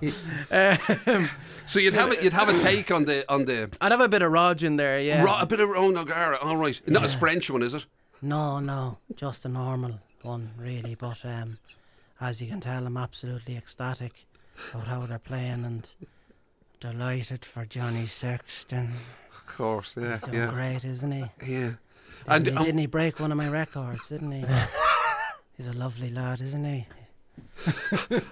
um, So you'd have a, you'd have a take on the on the (laughs) I'd have a bit of Rog in there. Yeah. Ro- a bit of Ron O'Gara. All right, not as French one, is it? No, no, just a normal one, really. But um, as you can tell, I'm absolutely ecstatic about how they're playing and delighted for Johnny Sexton. Of course, yeah, He's doing great, isn't he? yeah. And And didn't, he, um, didn't he break one of my records? (laughs) Didn't he? He's a lovely lad, isn't he?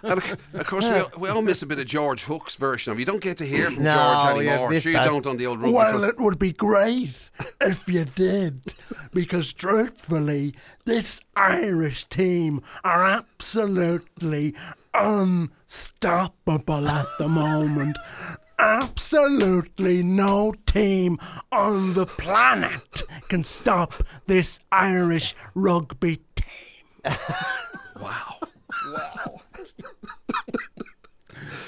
And of course, we all, we all miss a bit of George Hook's version of it. You don't get to hear from No, George yeah, anymore. this sure, you does- don't on the old rugby. Well, foot. it would be great if you did, because truthfully, this Irish team are absolutely unstoppable at the moment. Absolutely no team on the planet can stop this Irish rugby team.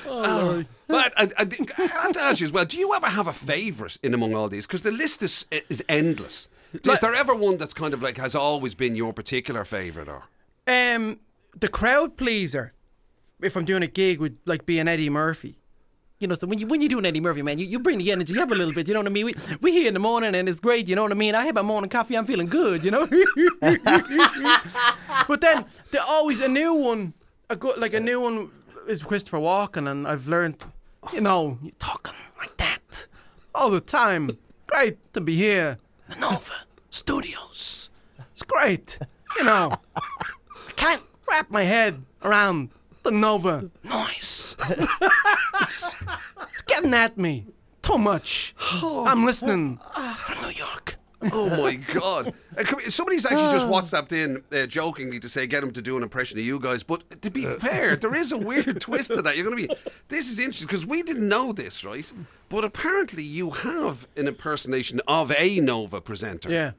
Ah. But I, I, think- I have to ask you as well: Do you ever have a favourite in among all these? Because the list is is endless. Is there ever one that's kind of like has always been your particular favourite? Or Um, the crowd pleaser. If I'm doing a gig, would like be an Eddie Murphy. You know, so when you when you do an Eddie Murphy, man, you, you bring the energy up a little bit. You know what I mean? We we here in the morning and it's great. You know what I mean? I have my morning coffee. I'm feeling good. You know. (laughs) but then there always a new one. A good like a new one is Christopher Walken, and I've learned, you know, you're talking like that all the time. Great to be here. Nova Studios. It's great. You know can't wrap my head around the Nova noise. (laughs) it's, it's getting at me too (sighs) much. I'm listening from New York. oh (laughs) my god! Uh, come here, Somebody's actually Ah. just WhatsApped in uh, jokingly to say get him to do an impression of you guys. But to be Uh. fair, there is a (laughs) weird twist to that. You're going to be. This is interesting because we didn't know this, right? But apparently, you have an impersonation of a Nova presenter. Yeah.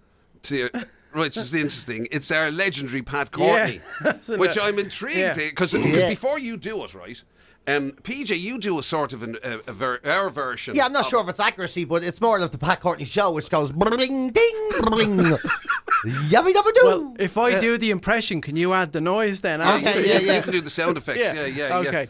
to which is interesting. It's our legendary Pat (laughs) Courtney, Isn't which it? I'm intrigued Yeah. because Yeah. before you do it, right? Um, PJ, you do a sort of an, uh, a, a ver- our version. Yeah, I'm not sure if it's accuracy, but it's more of the Pat Courtney show, which goes bling ding bling. (laughs) Uh, Yabby dabba doo. Well, if I do the impression, can you add the noise then? Okay, yeah, You yeah. can do the sound effects. Yeah, yeah, yeah. (laughs) Okay.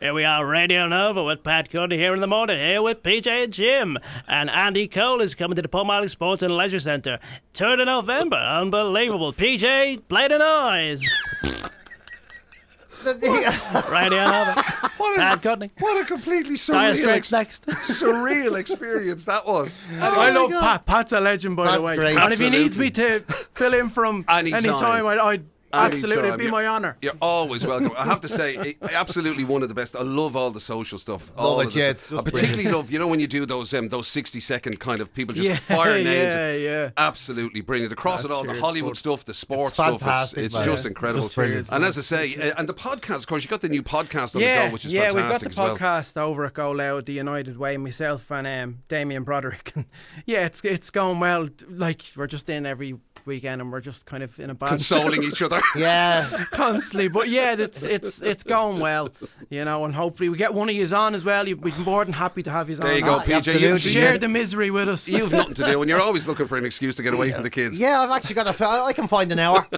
Here we are, Radio Nova with Pat Cody here in the morning, here with PJ and Jim. And Andy Cole is coming to the Palmolive Sports and Leisure Centre. 3rd of November, unbelievable. PJ, play the noise. (laughs) Radio Nova. (laughs) What, Pat a, Cody. what a completely Dire surreal, Straits next. ex- (laughs) surreal experience that was. Oh I love Pat. Pat's a legend, by Pat's the way. great. And if he needs me to fill in from (laughs) any Anytime. time, I'd, I'd (laughs) absolutely it'd Anytime, be yeah. my honour. You're always welcome. I have to say, it- absolutely one of the best. I love all the social stuff. all it, of the yeah, stuff. it's just I particularly love, you know, when you do those um, those sixty second kind of people just Yeah, (laughs) fire names. yeah, yeah. Absolutely brilliant across it all. The Cheers, Hollywood bud. stuff, the sports It's stuff. It's, fantastic, it's man. just Yeah, incredible. just brilliant. and as I say, uh, and the podcast, of course, you got the new podcast on the go, which is yeah, fantastic we've as got well. the podcast over at Go Loud, the United Way, myself and um, Damien Broderick. (laughs) And yeah, it's it's going well. Like we're just in every weekend, and we're just kind of in a band. Consoling each other. anymore. Yeah. (laughs) constantly. But yeah, it's it's it's going well, you know, and hopefully we get one of yous on as well. You'd be more than happy to have you on. There you go, Ah, PJ. You, absolutely. Share you, the misery with us. (laughs) you've nothing to do, and you're always looking for an excuse to get away from the kids. Yeah, I've actually got a. f- I I can find an hour.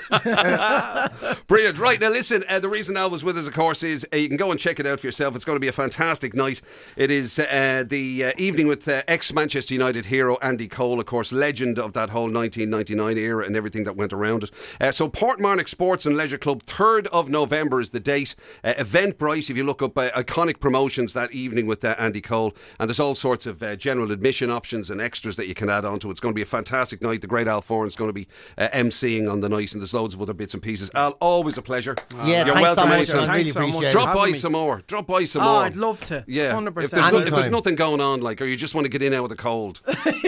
Brilliant. Right, now listen, uh, the reason Al was with us, of course, is uh, you can go and check it out for yourself. It's going to be a fantastic night. It is uh, the uh, evening with uh, ex Manchester United hero Andy Cole, of course, legend of that whole 1999 era and everything that went around it. Uh, so, Portmarnock Sports and Leisure Club, 3rd of November is the date. Uh, Eventbrite, if you look up uh, iconic promotions that evening with uh, Andy Cole, and there's all sorts of uh, general admission options and extras that you can add on to. It's going to be a fantastic night. The great Al Foran's going to be uh, emceeing on the night, and there's loads of other bits and pieces. Al, always a pleasure. Yeah, Um, You're thanks welcome, so much. anytime. I really Thanks so much. appreciate it. Drop having by me. some more. Drop by some Oh, more. I'd love to. Yeah, If 100%. there's, no- if Anytime. there's nothing going on, like, or you just want to get in out with a (laughs) cold,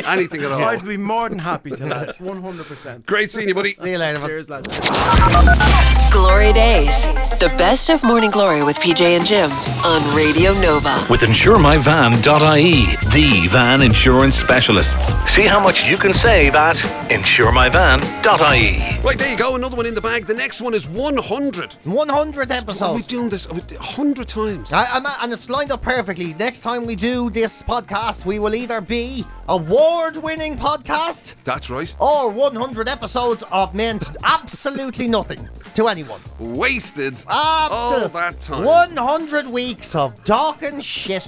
anything at all. (laughs) (laughs) I'd be more than happy to that. One hundred percent. Great seeing you, (laughs) buddy. See you later. man. Cheers, lads. Glory Days. The best of Morning Glory with PJ and Jim on Radio Nova. With insuremyvan.ie, the van insurance specialists. See how much you can save at insuremyvan.ie. Right, there you go. Another one in the bag. The next one is 100. 100 Are episodes. we doing this 100 times? I, I'm, uh, and it's lined up perfectly. Next time we do this podcast, we will either be award-winning podcast That's right. or 100 episodes of meant absolutely nothing to anyone. Wasted all Absolutely. that time. 100 weeks of talking shit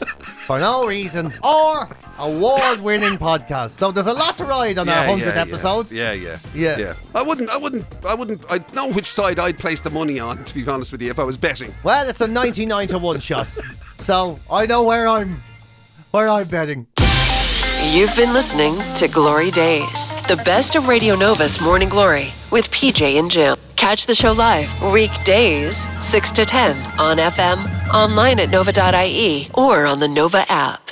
for no reason or award-winning (laughs) podcast. So there's a lot to ride on our 100 episodes. Yeah, yeah, Yeah. I wouldn't, I wouldn't, I wouldn't. I'd know which side I'd place the money on. To be honest with you, if I was betting. Well, it's a 99 to 1 shot. So I know where I'm where I'm betting. You've been listening to Glory Days, the best of Radio Nova's Morning Glory with PJ and Jim. Catch the show live weekdays 6 to 10 on FM, online at nova.ie E or on the Nova app.